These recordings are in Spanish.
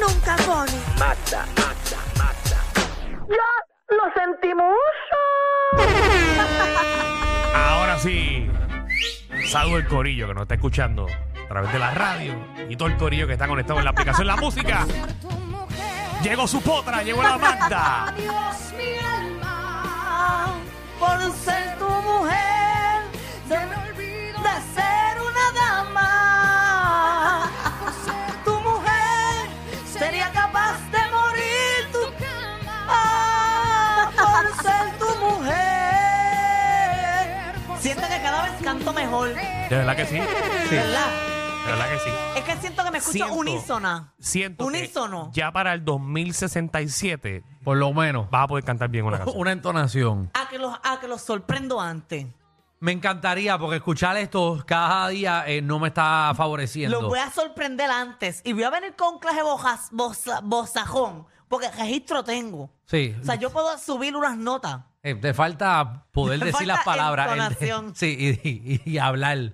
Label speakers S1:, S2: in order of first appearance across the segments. S1: nunca pone.
S2: Mata, mata, mata.
S1: ¡Ya lo sentimos!
S3: Ahora sí. Saludo el corillo que nos está escuchando a través de la radio y todo el corillo que está conectado en la aplicación La Música. Llegó su potra, llegó la Magda.
S4: Dios mi alma, por ser tu mujer, se me olvidó de ser una dama. Por ser tu mujer, sería capaz de morir tu cama. Por ser tu mujer. Siento que cada vez canto mejor,
S3: De verdad que sí.
S4: ¿verdad?
S3: De verdad que sí.
S4: Es que siento que me escucho
S3: Siento.
S4: unísona.
S3: Siento
S4: Unísono.
S3: que ya para el 2067
S5: Por lo menos.
S3: vas a poder cantar bien una canción.
S5: Una entonación.
S4: A que los, a que los sorprendo antes.
S5: Me encantaría porque escuchar esto cada día eh, no me está favoreciendo.
S4: Los voy a sorprender antes. Y voy a venir con un clase bojas, boza- bozajón. Porque registro tengo.
S5: Sí.
S4: O sea, yo puedo subir unas notas.
S5: Eh, te falta poder
S4: Te
S5: decir
S4: falta
S5: las palabras. el-
S4: entonación.
S5: sí, y, y- y hablar.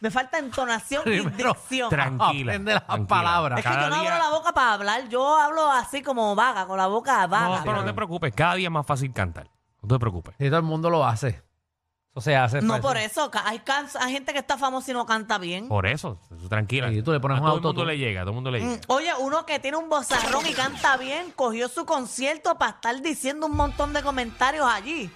S4: Me falta entonación y
S5: Primero,
S4: dicción.
S3: Tranquila.
S5: Aprende las
S3: tranquila.
S5: palabras.
S4: Es que yo
S3: Cada
S4: no
S3: día-
S4: abro la boca para hablar. Yo hablo así como vaga, con la boca
S3: No,
S4: vaga.
S3: pero no te preocupes, cada día es más fácil cantar. No te preocupes.
S5: Y todo el mundo lo hace. Eso se hace.
S4: No,
S5: parece.
S4: por eso. ca- Hay, can- hay gente que está famosa y no canta bien.
S3: Por eso, eso, tranquila.
S5: Sí, tú le pones
S3: a
S5: un
S3: todo el
S5: autotune.
S3: mundo le llega, a todo el mundo le
S4: Mm,
S3: llega.
S4: Oye, uno que tiene un bozarrón y canta bien, cogió su concierto para estar diciendo un montón de comentarios allí,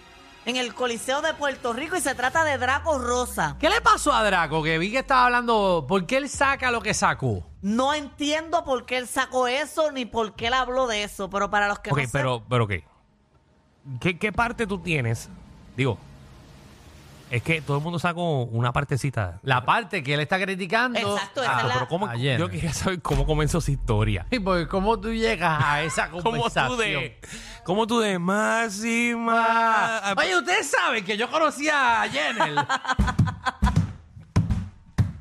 S4: en el Coliseo de Puerto Rico, y se trata de Draco Rosa.
S5: ¿Qué le pasó a Draco? Que vi que estaba hablando. ¿Por qué él saca lo que sacó?
S4: No entiendo por qué él sacó eso ni por qué él habló de eso, pero para los que
S3: Ok,
S4: no sepan-
S3: pero, pero ¿qué? ¿qué? qué parte tú tienes? Digo, es que todo el mundo sacó una partecita.
S5: La parte que él está criticando.
S4: Exacto, esa
S5: Ah,
S4: es la-
S3: Pero ¿cómo,
S5: Ayer.
S3: yo quería saber cómo comenzó su historia.
S5: Sí, porque ¿Cómo tú llegas a esa
S3: ¿Cómo
S5: conversación?
S3: tú de, cómo tú de
S4: Ah,
S3: máxima?
S5: Ah,
S3: Ah,
S5: Oye, ustedes saben que yo conocía a Jenner.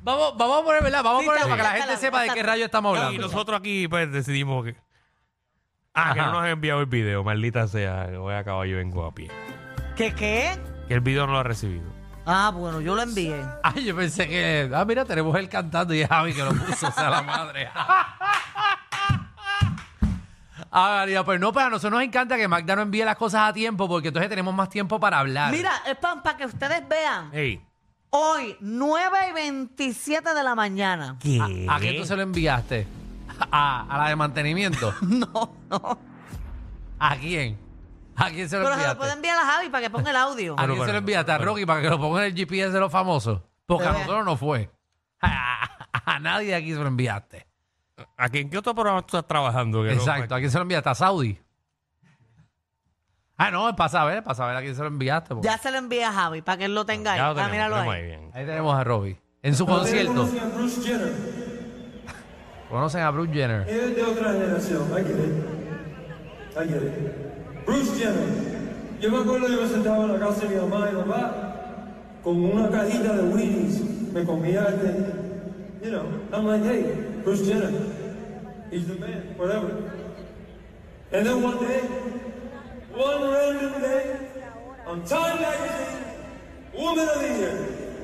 S5: vamos, vamos a poner, ¿verdad? Vamos
S4: Sí,
S5: a ponerlo
S4: está
S5: para que la
S4: bien,
S5: gente
S4: está
S5: sepa de
S4: bien,
S5: qué
S4: está
S5: rayo estamos
S3: y
S5: hablando.
S3: nosotros aquí pues decidimos que... Ah, que no
S5: Ajá.
S3: nos han enviado el video, maldita sea. que Voy a caballo y vengo a pie.
S4: ¿Qué qué?
S3: Que el video no lo ha recibido.
S4: Ah, bueno, yo lo envié.
S5: Ay, yo pensé que. Ah, mira, tenemos él cantando y es Javi que lo puso, o sea, la madre. Ah, María, pues no, pero a nosotros nos encanta que Magda no envíe las cosas a tiempo porque entonces tenemos más tiempo para hablar.
S4: Mira, es para que ustedes vean.
S3: Ey.
S4: Hoy, 9 y 27 de la mañana.
S3: ¿Qué?
S5: ¿A quién tú se lo enviaste? ¿A, a la de mantenimiento?
S4: No, no.
S5: ¿A quién? ¿A quién se lo
S4: Pero se lo
S5: enviaste?
S4: pueden enviar a Javi para que ponga el audio.
S5: ¿A
S3: Ah, Pero,
S5: quién se
S3: pero,
S5: lo enviaste? A
S3: pero-
S5: Rocky para que lo ponga en el GPS de los famosos. Porque a
S4: Pero-
S5: nosotros no fue. A, a- a nadie de aquí se lo enviaste.
S3: ¿A quién qué otro programa tú estás trabajando? que no-
S5: Exacto. ¿A quién se lo enviaste? A Saudi. Ah, no, es para saber, es para saber a quién se lo enviaste. porque-
S4: Ya se lo envía a Javi para que él lo tenga ahí.
S3: Ya lo
S4: Ah,
S3: tenemos,
S4: míralo
S3: tenemos
S4: ahí.
S3: ahí bien.
S5: Ahí tenemos a Robbie. En su concierto.
S6: Ustedes conocen a Bruce Jenner.
S5: Conocen a Bruce Jenner.
S6: Él es de otra generación. I get it. I get it. Bruce Jenner. Yo me acuerdo yo me sentaba en la casa de mi mamá y papá con una cajita de Wheaties. Me comía este. You know, I'm like, hey, Bruce Jenner. He's the man, whatever. And then one day, one random day, on Time Magazine, Woman of the Year.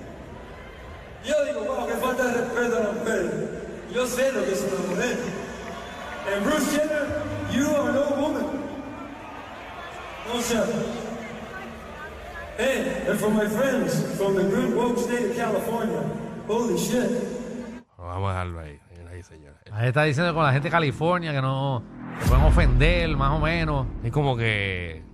S6: Yo digo, wow, qué falta de respeto a las mujeres. Yo sé lo que es una mujer. And Bruce Jenner, you are no woman. No, sir. Hey, and for my friends from the good woke state of California, holy shit.
S3: Vamos a dejarlo ahí. señoras y señores.
S5: Ahí está diciendo con la gente de California que no. Que pueden ofender, más o menos.
S3: Es como que.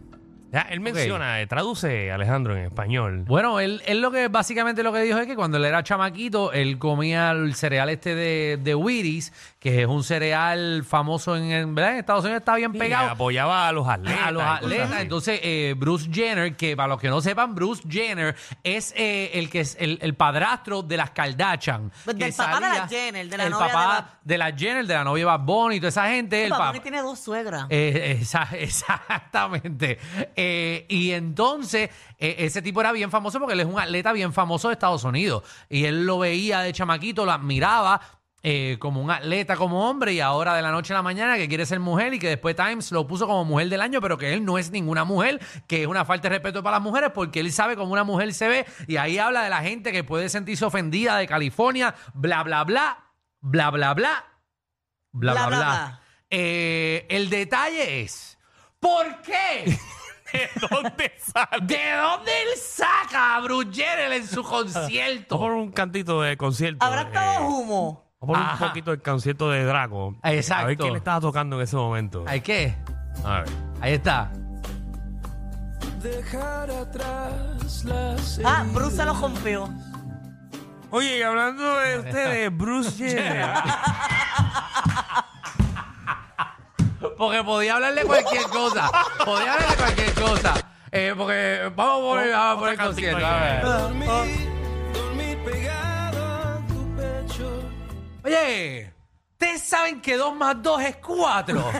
S3: Ya, él menciona, eh, traduce Alejandro en español.
S5: Bueno, él, él lo que básicamente lo que dijo es que cuando él era chamaquito, él comía el cereal este de, de Wheaties, que es un cereal famoso en, en- ¿verdad? en Estados Unidos, está bien
S3: Y
S5: pegado.
S3: apoyaba a los atletas.
S5: A los
S3: y cosas
S5: atletas.
S3: así.
S5: Entonces, eh, Bruce Jenner, que para los que no sepan, Bruce Jenner es eh, el que es el, el padrastro de las Kardashian.
S4: Pues Del
S5: que
S4: papá de las Jenner, de la
S5: el
S4: novia de
S5: papá
S4: Bad-
S5: de las Jenner, de la novia de Bad Bunny y toda esa gente. El
S4: Papá
S5: papá,
S4: Bonnie tiene dos suegras.
S5: eh, esa- exactamente. Eh, y entonces, eh, ese tipo era bien famoso porque él es un atleta bien famoso de Estados Unidos. Y él lo veía de chamaquito, lo admiraba. eh, como un atleta, como hombre, y ahora de la noche a la mañana que quiere ser mujer y que después Times lo puso como mujer del año, pero que él no es ninguna mujer, que es una falta de respeto para las mujeres porque él sabe cómo una mujer se ve y ahí habla de la gente que puede sentirse ofendida de California, bla, bla, bla, bla, bla, bla, bla, bla, bla. Eh, el detalle es, ¿por qué?
S3: ¿De dónde sale?
S5: ¿De dónde él saca a Bruce Jenner en su
S3: O por
S5: concierto?
S3: un cantito de concierto.
S4: Habrá
S3: eh,
S4: estado humo.
S3: o por un
S5: Ajá.
S3: poquito del concierto de Draco. Eh, A ver
S5: Exacto.
S3: quién le estaba tocando en ese momento.
S5: ¿Hay qué?
S3: A ver.
S5: Ahí está.
S4: Ah, Bruce se lo rompió.
S3: Oye, y hablando de ustedes, Bruce Jenner.
S5: Porque podía hablarle cualquier cosa. Podía hablarle cualquier cosa. Eh, porque vamos por el, vamos por el
S3: Otra cantito
S5: concierto.
S3: ahí. Ah.
S5: a ver. Oye, ¿ustedes saben que 2 más 2 es 4?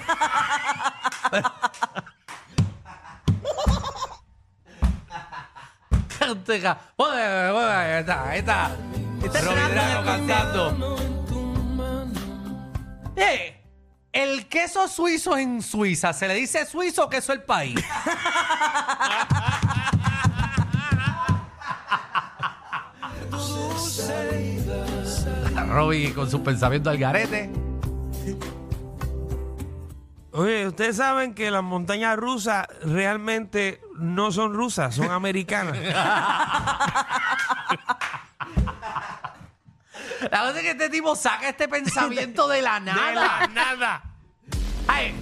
S5: Canteja. Bueno, bueno, ahí está, ahí está. Está Robidrano cantando. Oye, el queso suizo en Suiza, ¿se le dice suizo o queso el país? Robbie con sus pensamientos al garete.
S3: Oye, ustedes saben que las montañas rusas realmente no son rusas, son americanas.
S5: La cosa es que este tipo saca este pensamiento de la nada.
S3: De la nada.
S5: Ay,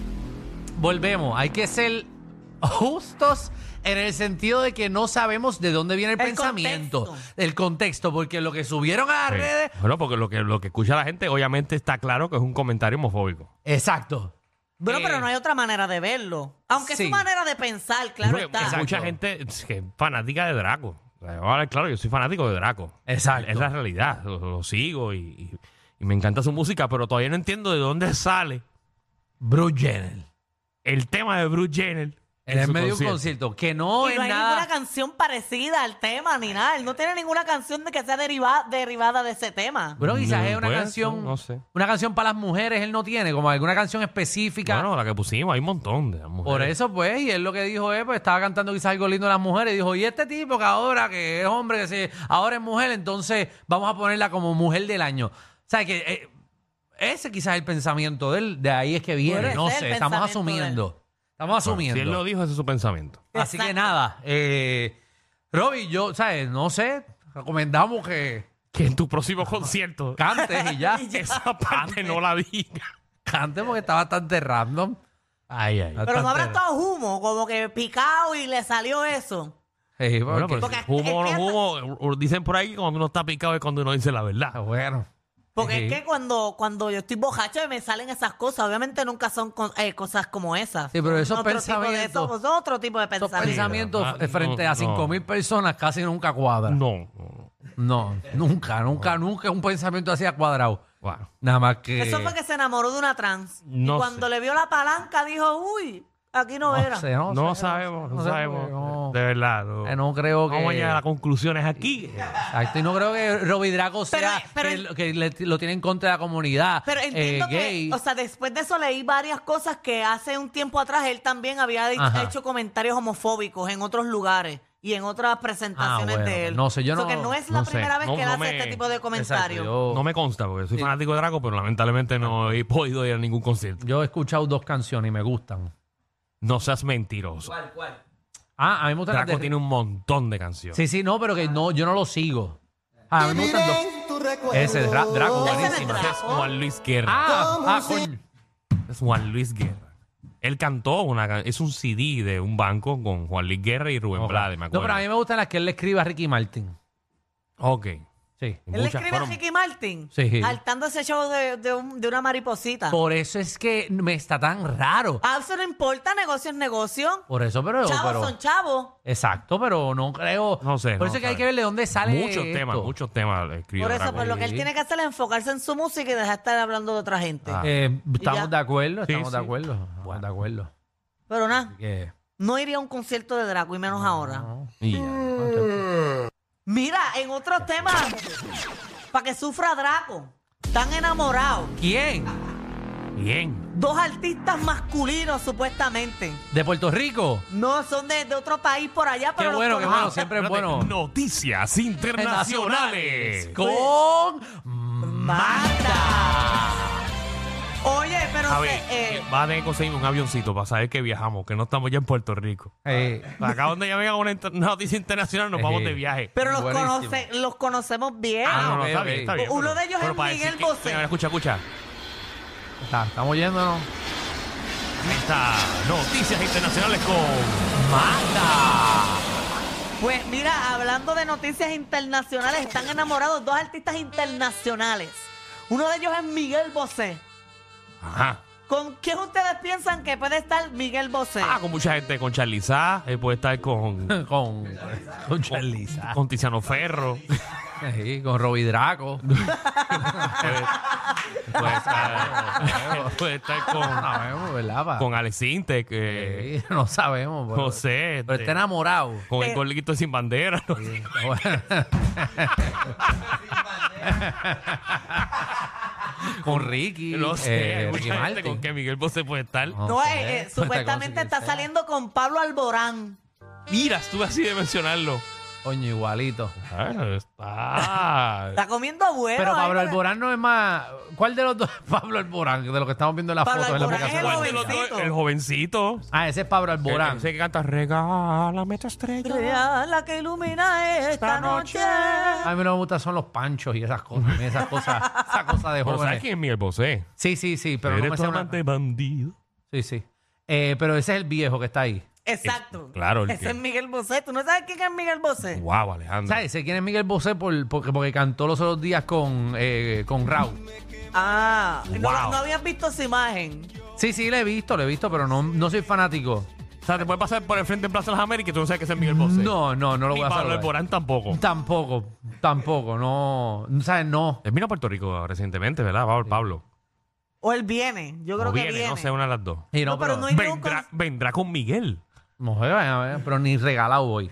S5: volvemos, hay que ser justos en el sentido de que no sabemos de dónde viene el,
S4: El
S5: pensamiento,
S4: contexto.
S5: el contexto, porque lo que subieron a las redes,
S3: Bueno, porque lo que, lo que escucha la gente, obviamente está claro que es un comentario homofóbico.
S5: exacto.
S4: Bueno,
S5: Eh,
S4: pero no hay otra manera de verlo. Aunque es
S5: sí.
S4: su manera de pensar, claro
S3: Porque
S4: está.
S3: Mucha gente es que es fanática de Draco. O sea, Ahora, claro, yo soy fanático de Draco.
S5: Exacto.
S3: Es la realidad. Lo, lo sigo y, y- y me encanta su música, pero todavía no entiendo de dónde sale
S5: Bruce Jenner.
S3: el tema de Bruce Jenner.
S5: En el
S3: su
S5: medio de un concierto, que no
S4: Y
S5: es
S4: no hay ninguna
S5: nada.
S4: canción parecida al tema ni nada. Él no tiene ninguna canción de que sea deriva- derivada de ese tema.
S5: Bueno, quizás
S3: No,
S5: es una
S3: puede
S5: canción.
S3: ser, Pues, no sé.
S5: Una canción para las mujeres, él no tiene, como alguna canción específica.
S3: Bueno, la que pusimos, hay un montón de las mujeres.
S5: Por eso, pues, y él lo que dijo es, pues, estaba cantando quizás algo lindo a las mujeres, y dijo, y este tipo que ahora que es hombre, que se, ahora es mujer, entonces vamos a ponerla como mujer del año. O sea, que eh, ese quizás es el pensamiento de él, de ahí es que viene,
S4: Puede
S5: no
S4: ser el
S5: sé, estamos
S4: pensamiento
S5: asumiendo. Estamos
S3: Bueno,
S5: asumiendo.
S3: Si él lo dijo, ese es su pensamiento.
S5: Así que
S4: Exacto.
S5: nada, eh, Robbie, yo, ¿sabes? No sé, recomendamos que
S3: Que en tu próximo concierto,
S5: cantes y ya.
S3: esa parte no la diga.
S5: Cantes porque está bastante random.
S3: Ay, ay.
S4: Pero no habrá
S5: Bastante-
S4: estado humo, como que picado y le salió eso.
S5: Sí,
S3: Bueno,
S5: porque-
S3: pero
S4: Porque
S3: si humo o
S4: es
S3: no
S4: que-
S3: humo, u- u- dicen por ahí que cuando uno está picado es cuando uno dice la
S5: Ah,
S3: verdad.
S5: bueno.
S4: Porque
S5: Sí.
S4: es que cuando, cuando yo estoy bojacho me salen esas cosas. Obviamente nunca son con- eh, cosas como esas.
S5: Sí, pero esos
S4: Otro tipo de-
S5: pensamientos-
S4: somos otro tipo de
S5: Esos
S4: pensamientos.
S5: pensamientos
S3: Sí, ¿verdad?
S5: eh, frente
S3: Ah, No,
S5: a 5.000 personas casi nunca cuadran. No,
S3: No, no, no.
S5: nunca, nunca, nunca un pensamiento así a cuadrado.
S3: Bueno.
S5: Nada más que...
S4: Eso fue que se enamoró de una trans.
S3: No
S4: y cuando
S3: sé.
S4: le vio la palanca dijo, uy, aquí no, era.
S5: sé, no,
S3: No
S5: sé,
S3: sabemos,
S5: sé,
S3: no
S5: sé,
S3: sabemos.
S5: no.
S3: De verdad. No,
S5: Eh, no creo que...
S3: Vamos a llegar a conclusiones aquí.
S5: Exacto, y no creo que Robbie Draco sea
S4: pero-
S5: que lo- que, le- lo tiene en contra de la comunidad
S4: Pero
S5: eh,
S4: entiendo
S5: gay.
S4: que, o sea, después de eso leí varias cosas que hace un tiempo atrás él también había dicho-
S5: Ajá.
S4: hecho comentarios homofóbicos en otros lugares y en otras presentaciones
S5: Ah, bueno,
S4: de él.
S5: no sé, yo
S4: O sea,
S5: no-
S4: que no es la
S3: no sé,
S4: primera vez
S3: no-
S4: que él
S3: no
S4: hace
S3: me-
S4: este tipo de
S5: Exacto,
S4: comentarios.
S5: yo,
S3: No me consta, porque soy
S5: Sí.
S3: fanático de Draco, pero lamentablemente no he podido ir a ningún concierto.
S5: yo he escuchado dos canciones y me gustan.
S3: No seas mentiroso.
S5: Ah, a mí me gustan las
S3: Draco
S5: de-
S3: tiene un montón de canciones.
S5: Sí, sí, no, pero que no, yo no lo sigo. Ah, a mí me gustan dos. Ese es Dra- Draco,
S4: Ese es
S5: buenísima.
S4: Draco.
S3: Es Juan Luis Guerra.
S5: Ah, ah, coño.
S3: Es Juan Luis Guerra. Él cantó una can- es un CD de un banco con Juan Luis Guerra y Rubén Blades, me
S5: No,
S3: acuerdo.
S5: pero a mí me gustan las que él le escribe a Ricky Martin.
S3: Ok.
S5: Sí.
S4: Él le
S3: Muchas
S4: escribe
S3: fueron-
S4: a Ricky Martin
S5: Sí.
S4: saltando ese show de, de un- de una mariposita.
S5: Por eso es que me está tan raro.
S4: Ah, eso no importa, negocio es negocio.
S5: Por eso, pero.
S4: Chavos
S5: pero-
S4: son chavos.
S5: exacto, pero no creo.
S3: No sé,
S5: Por
S3: no
S5: eso es que hay
S3: sabe.
S5: que ver de dónde sale.
S3: Muchos
S5: esto.
S3: temas, muchos temas escribió
S4: Por eso,
S3: Draco.
S4: pues lo que él
S5: Sí.
S4: tiene que hacer es enfocarse en su música y dejar de estar hablando de otra gente.
S3: Ah.
S5: Eh,
S4: Y ya.
S5: estamos de acuerdo,
S3: Sí,
S5: estamos de
S3: sí.
S5: acuerdo. Estamos de acuerdo.
S4: Pero nada,
S5: Así que-
S4: no iría a un concierto de Draco y menos ahora.
S5: Ah.
S3: Y ya.
S4: Mm. Mira, en otros temas, para que sufra Draco, están enamorados.
S5: ¿Quién?
S3: Bien.
S4: Dos artistas masculinos, supuestamente.
S5: ¿De Puerto Rico?
S4: No, son de, de otro país por allá,
S5: Qué
S4: pero los
S5: bueno, qué
S4: conozco.
S5: bueno. Siempre es
S3: Espérate.
S5: bueno.
S3: Noticias internacionales.
S5: Con. Magda.
S4: Oye, pero
S3: A
S4: entonces.
S3: ver,
S4: eh,
S3: vas a tener que conseguir un avioncito para saber que viajamos, que no estamos ya en Puerto Rico.
S5: Eh,
S3: Acá donde ya venga una inter- noticia internacional, nos vamos
S5: Ejé.
S3: de viaje.
S4: pero los,
S5: buenísimo.
S4: conoce- los conocemos bien.
S3: Ah, no, no,
S5: ok,
S3: está
S5: ok.
S3: bien, está bien.
S4: Uno
S3: pero-
S4: de ellos
S3: pero
S4: es
S3: para decir
S4: Miguel
S3: que-
S4: Bosé.
S3: Mira, mira, escucha, escucha.
S5: está- estamos yéndonos.
S3: Esta noticias internacionales con Manda.
S4: Pues mira, hablando de noticias internacionales, están enamorados dos artistas internacionales. Uno de ellos es Miguel Bosé.
S3: Ajá.
S4: ¿Con quién ustedes piensan que puede estar Miguel Bosé?
S3: Ah, con mucha gente, con Charliza, él puede estar con, con,
S5: Con, con Charliza.
S3: con Tiziano Ferro,
S5: Sí, con Robbie Draco.
S3: puede estar, puede estar
S5: No
S3: con,
S5: sabemos, ¿verdad? pa?
S3: con Alex Intec, eh,
S5: Sí, no sabemos. pero-
S3: no sé,
S5: Pero
S3: este,
S5: está enamorado.
S3: con eh,
S4: Eh.
S3: el colguito sin bandera. no sé.
S5: con Ricky.
S3: No sé, hay
S5: eh, Ricky
S3: mucha gente
S5: Martin.
S3: con que Miguel Bosé puede estar.
S5: No
S4: no,
S5: sé,
S4: eh, eh,
S5: puede
S4: supuestamente
S5: estar
S4: está
S5: con
S4: saliendo con Pablo Alborán.
S3: Mira, estuve así de mencionarlo.
S5: Coño, igualito.
S3: Claro, está.
S4: Está comiendo bueno.
S5: Pero
S4: ahí
S5: Pablo
S4: con el-
S5: Alborán no es más. ¿Cuál de los dos es Pablo Alborán? De lo que estamos viendo en la
S4: Pablo
S5: foto. en la
S4: Alborán es el
S5: aplicación.
S3: ¿Cuál de los dos?
S4: jovencito.
S3: El jovencito.
S5: Ah, ese es Pablo Alborán.
S3: Ese que canta regálame tu estrella.
S4: Real, la que ilumina esta
S3: Esta
S4: noche.
S3: noche.
S5: A mí no me gustan son los panchos y esas cosas. y Esas cosas, esas cosas de
S3: Pero
S5: jóvenes.
S3: ¿sabes quién es Miguel Bosé?
S5: Sí, sí, sí, pero no
S3: Eres
S5: me
S3: tu
S5: sé una-
S3: amante bandido.
S5: Sí, sí. Eh, pero ese es el viejo que está ahí.
S3: Es-
S4: Exacto.
S3: Eh, claro, el
S4: Ese
S3: que-
S4: es Miguel Bosé. ¿Tú no sabes quién es Miguel Bosé?
S3: Wow, Alejandro.
S5: ¿Sabes? Sé quién es Miguel Bosé por, porque, porque cantó los otros días con, eh, con Raúl.
S4: Ah, no,
S3: Wow.
S4: no habías visto esa imagen.
S5: Sí, sí, le he visto, le he visto, pero no, no soy fanático.
S3: O sea, te puede pasar por el frente en Plaza de las Américas y tú no sabes que ese es Miguel Bosé.
S5: No, no, no lo
S3: Ni
S5: voy a
S3: Pablo
S5: saludar.
S3: Alborán tampoco.
S5: Tampoco, tampoco, no. ¿Sabes? No.
S3: Él vino a Puerto Rico recientemente, ¿verdad? Pablo. Pablo.
S4: O él viene. Yo creo
S3: O
S4: que
S3: viene,
S4: viene.
S3: no sé, una de las dos.
S5: Y no,
S4: No, pero
S5: pero,
S4: no hay- ningún
S3: Vendrá,
S4: con-
S3: vendrá con Miguel.
S5: no sé, vaya, vaya, pero ni regalado voy.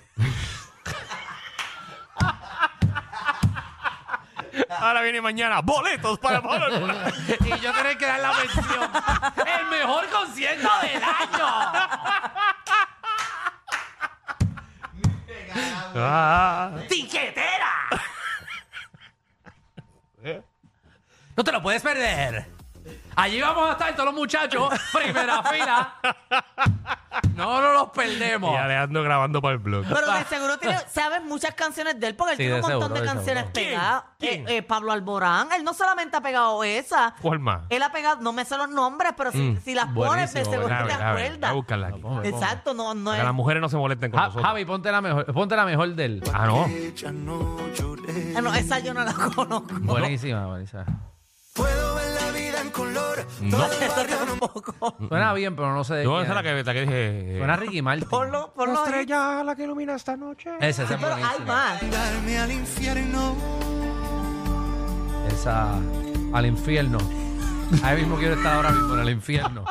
S3: Ahora viene mañana. Boletos para Pablo Alborán.
S5: y yo tener que dar la versión. ¡El mejor concierto del año!
S3: Ah,
S5: ¡Tiquetera! No te lo puedes perder. Allí vamos a estar todos los muchachos, primera fila. No nos los
S3: y
S5: perdemos.
S3: Alejandro grabando para el blog.
S4: Pero de seguro tiene, sabes muchas canciones de él, porque él
S5: Sí,
S4: tiene un
S5: de
S4: montón de
S5: seguro, de
S4: canciones
S5: seguro.
S3: ¿Quién?
S4: pegadas.
S3: ¿Quién?
S4: Eh, eh, Pablo Alborán, él no solamente ha pegado esa,
S3: ¿Cuál más?
S4: él ha pegado, no me sé los nombres, pero si, si las pones, de
S5: Mm, buenísimo,
S4: seguro
S3: Déjame,
S4: te
S3: déjame, déjame
S4: acuerdas.
S3: buscarla aquí.
S5: Vamos, vamos.
S4: Exacto, no, no
S3: Para que las
S4: es.
S3: mujeres no se molesten con
S5: Ja-
S3: nosotros.
S5: Javi, ponte la mejor, ponte la mejor del.
S3: Ah, no.
S7: Ya no lloré.
S4: Ah, No, esa yo no la conozco.
S5: Buenísima, buenísima.
S7: Puedo ver la vida en color.
S3: No.
S4: Eso tampoco.
S5: Suena bien, pero no sé de
S3: Yo
S5: quién
S3: esa es la
S5: es.
S3: que, la que dije. eh,
S5: Suena Ricky Martin.
S4: Ponlo,
S2: La
S4: ponlo ahí.
S2: estrella la que ilumina esta noche.
S5: Esa, esa es
S4: Pero hay
S5: buenísima.
S4: más.
S7: Darme al infierno.
S5: Esa, al infierno. Ahí mismo quiero estar ahora mismo, en el infierno.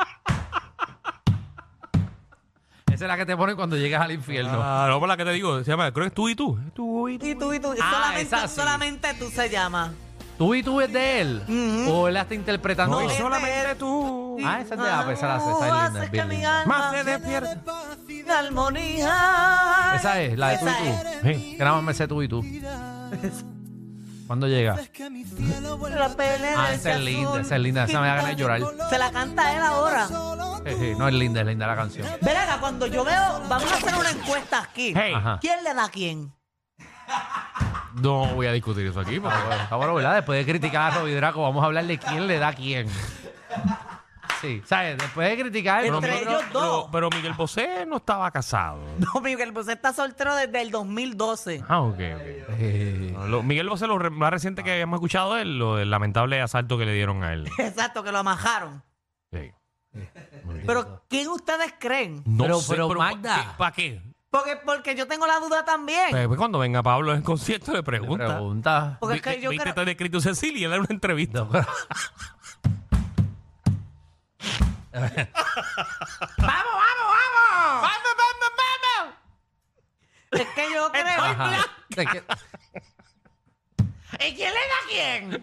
S5: Esa es la que te ponen cuando llegas al infierno.
S3: Ah, no, por la que te digo. Se llama, creo que es tú y tú. Es Tú y tú.
S4: Y tú, y tú.
S5: Ah,
S4: solamente,
S5: esa sí.
S4: solamente tú se llama.
S5: ¿Tú y tú es de él? ¿O él la está interpretando?
S3: No, y
S4: es-
S3: solamente tú.
S5: Ah, esa es de ah, pues, esa la sé,
S4: Tú
S5: esa es linda,
S4: haces
S5: es bien
S4: que mi
S5: linda.
S4: alma
S3: Más se despierta.
S4: de armonía.
S5: Esa es, la de tú
S4: Esa
S5: y
S4: es.
S5: tú.
S3: Sí.
S5: Que nada más me sé tú y tú. ¿Cuándo llega?
S7: Que mi cielo vuelva
S4: La pelea
S5: Ah,
S4: del
S5: esa es linda,
S4: azul.
S5: esa es linda. Esa me da ganas de llorar.
S4: Se la canta él ahora.
S5: Sí, sí, Eh, no es linda, es linda la canción.
S4: Ven acá, cuando yo veo, vamos a hacer una encuesta aquí.
S3: Hey.
S5: Ajá.
S4: ¿Quién le da a quién?
S3: No voy a discutir eso aquí, pero bueno.
S5: Ahora, ¿verdad? Después de criticar a Robbie Draco, vamos a hablar de quién le da a quién. Sí, ¿sabes? Después de criticar...
S4: Entre
S5: nosotros-
S4: ellos dos.
S3: Pero, pero Miguel Bosé no estaba casado.
S4: No, Miguel Bosé está soltero desde el 2012.
S3: Ah, ok, ok.
S5: Eh,
S3: Lo- Miguel Bosé, lo re- más reciente que habíamos escuchado es lo del lamentable asalto que le dieron a él.
S4: Exacto, que lo amajaron.
S3: Sí.
S4: Pero ¿quién ustedes creen?
S3: No
S5: Pero- pero,
S3: ¿pa-
S5: Magda.
S3: qué- ¿Para qué?
S4: Porque, porque yo tengo la duda también.
S3: Pues, pues, cuando venga Pablo en concierto le pregunta.
S5: pregunta.
S4: Porque es que
S3: Vi-
S4: yo
S3: ¿Viste
S4: creo-
S3: tan escrito Cecilia? Le da una entrevista.
S4: Es que yo creo.
S5: Ajá. Es que-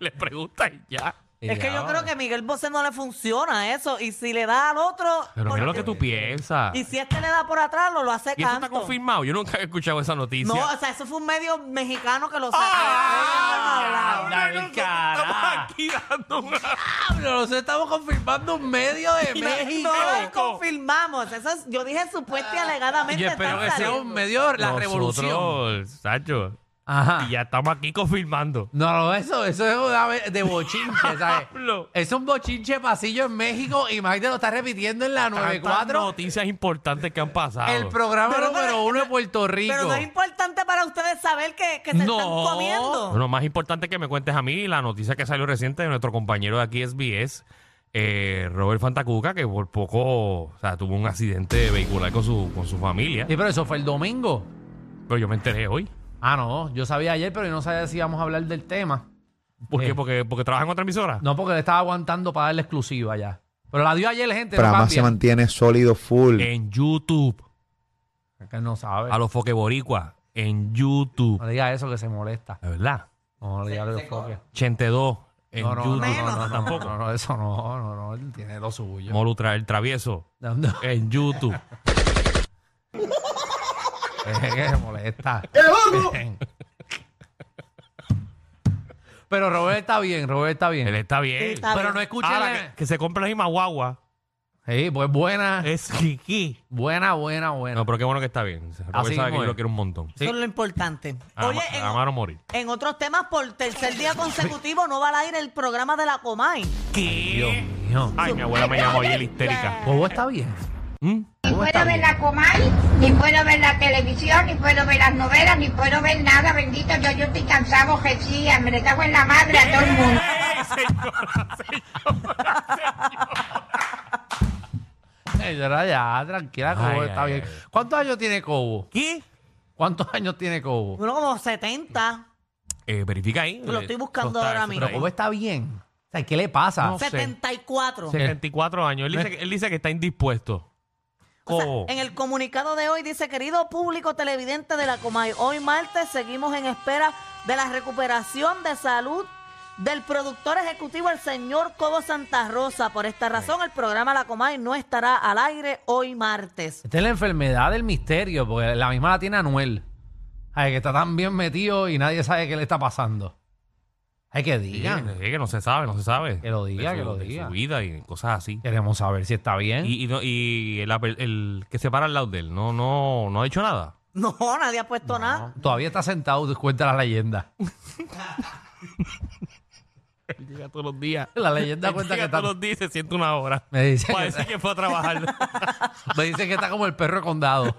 S3: le pregunta y ya.
S5: Y
S4: Es que yo
S5: ya.
S4: creo que a Miguel Bosé no le funciona eso. Y si le da al otro.
S3: Pero
S4: por-
S3: mira lo que tú piensas.
S4: Y si este le da por atrás, lo, lo hace
S3: Y eso está
S4: canto.
S3: confirmado. Yo nunca he escuchado esa noticia.
S4: No, o sea, eso fue un medio mexicano que lo sacó.
S5: ¡Ah!
S4: Ay,
S5: ¡Anda,
S3: Estamos
S5: el cara!
S3: aquí dando una-
S5: ¡Diablo! Nos estamos confirmando un medio de
S4: no, no,
S5: México.
S4: No, lo confirmamos. Eso es- yo dije supuesta y alegadamente.
S5: Yo espero
S4: están
S5: que sea
S4: saliendo.
S5: un medio de la revolución.
S3: Nosotros, Sacho,
S5: Ajá.
S3: y ya estamos aquí confirmando.
S5: No, no, eso, eso es una ve- de bochinche, ¿sabes?
S3: Diablo.
S5: es un bochinche pasillo en México y Magda lo está repitiendo en la
S3: Tantas
S5: 94.
S3: noticias importantes que han pasado.
S5: El programa
S4: Pero,
S5: número
S4: pero,
S5: uno de Puerto Rico.
S4: Pero no es importante para ustedes saber que, que se
S5: No.
S4: están
S5: Oh.
S4: comiendo.
S3: Lo más importante que me cuentes a mí la noticia que salió reciente de nuestro compañero de aquí, SBS, eh, Robert Fantacuca, que por poco o sea, tuvo un accidente vehicular con su, con su familia.
S5: Sí, pero eso fue el domingo.
S3: Pero yo me enteré hoy.
S5: Ah, no, yo sabía ayer, pero yo no sabía si íbamos a hablar del tema.
S3: ¿Por
S5: Eh.
S3: qué? Porque, porque trabaja en otra emisora.
S5: No, porque le estaba aguantando para darle exclusiva ya. Pero la dio ayer, gente. no
S8: Prama se
S5: cambia.
S8: mantiene sólido full.
S3: En YouTube.
S5: Es que no sabe.
S3: A los foqueboricuas. En YouTube.
S5: No diga eso que se molesta.
S3: La verdad.
S5: No, no diga lo que fue.
S3: 82. En
S5: No, no, no,
S3: YouTube.
S5: no, no,
S3: tampoco.
S5: no, no, eso no, no, no, él tiene lo suyo.
S3: Molu tra- el travieso.
S5: No, no,
S3: En YouTube.
S5: es que se molesta. Pero Robert está bien, Robert está bien.
S3: Él está bien.
S4: Sí, está
S5: Pero
S4: bien.
S5: no escuchen.
S3: Ahora, que, que se compra la misma guagua.
S5: Sí, pues buena,
S3: Es jiquí.
S5: buena, buena, buena.
S3: No, pero qué bueno que está bien. Robert
S5: Así
S3: sabe
S5: mismo
S3: que yo
S5: es.
S3: lo quiero un montón.
S4: Eso es lo importante. Oye,
S3: Ama-
S4: en,
S3: Amar o morir.
S4: en otros temas, por tercer día consecutivo no va al aire el programa de la Comay.
S5: Dios
S3: eh.
S5: mío.
S3: Ay, mi abuela me llamó ayer histérica.
S5: Bobo está bien.
S3: ¿Mm?
S9: No puedo ver la Comay, ni puedo ver la televisión, ni puedo ver las novelas, ni puedo ver nada, bendito yo, yo estoy cansado, que sí, me le cago en la madre a todo el mundo.
S3: ¡Eh, señora, señora!
S5: Señora, ya, tranquila, Cobo
S3: Ay,
S5: está
S3: ay,
S5: bien.
S3: ay.
S5: ¿Cuántos años tiene Cobo?
S3: ¿Qué?
S5: ¿Cuántos años tiene Cobo?
S4: Uno como 70.
S3: Eh, verifica ahí.
S4: Lo estoy buscando
S3: Eso
S4: ahora
S3: eso
S4: mismo.
S5: Pero Cobo está bien. eh. O sea, ¿qué le pasa?
S3: No sé.
S4: 74.
S5: Sí.
S3: 74 años. Él dice, que- él dice que está indispuesto. Oh.
S4: O sea,
S3: Cobo.
S4: en el comunicado de hoy dice, querido público televidente de la Comay, hoy martes seguimos en espera de la recuperación de salud del productor ejecutivo, el señor Cobo Santa Rosa. Por esta razón, el programa La Comay no estará al aire hoy martes.
S5: Esta es la enfermedad del misterio, porque la misma la tiene Anuel. Ay, que está tan bien metido y nadie sabe qué le está pasando. Hay que
S3: Sí,
S5: digan.
S3: sí, que no se sabe, no se sabe.
S5: Que lo diga,
S3: De su-
S5: que lo
S3: de
S5: diga.
S3: su vida y cosas así.
S5: Queremos saber si está bien.
S3: Y, y no- y el, ape- el que se para al lado de él, no, no, no ha dicho nada.
S4: No, nadie ha puesto nada.
S5: No, Todavía está sentado, cuenta la leyenda.
S3: Llega todos los días.
S5: La leyenda cuenta que
S3: Llega
S5: está...
S3: todos los días y se siente una hora.
S5: Me dice, que,
S3: Parece que fue a trabajar.
S5: me dice que está como el perro de condado.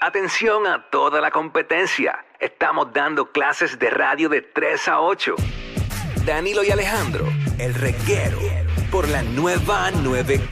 S2: Atención a toda la competencia. Estamos dando clases de radio de 3 a 8. Danilo y Alejandro, el reguero, por la nueva 94.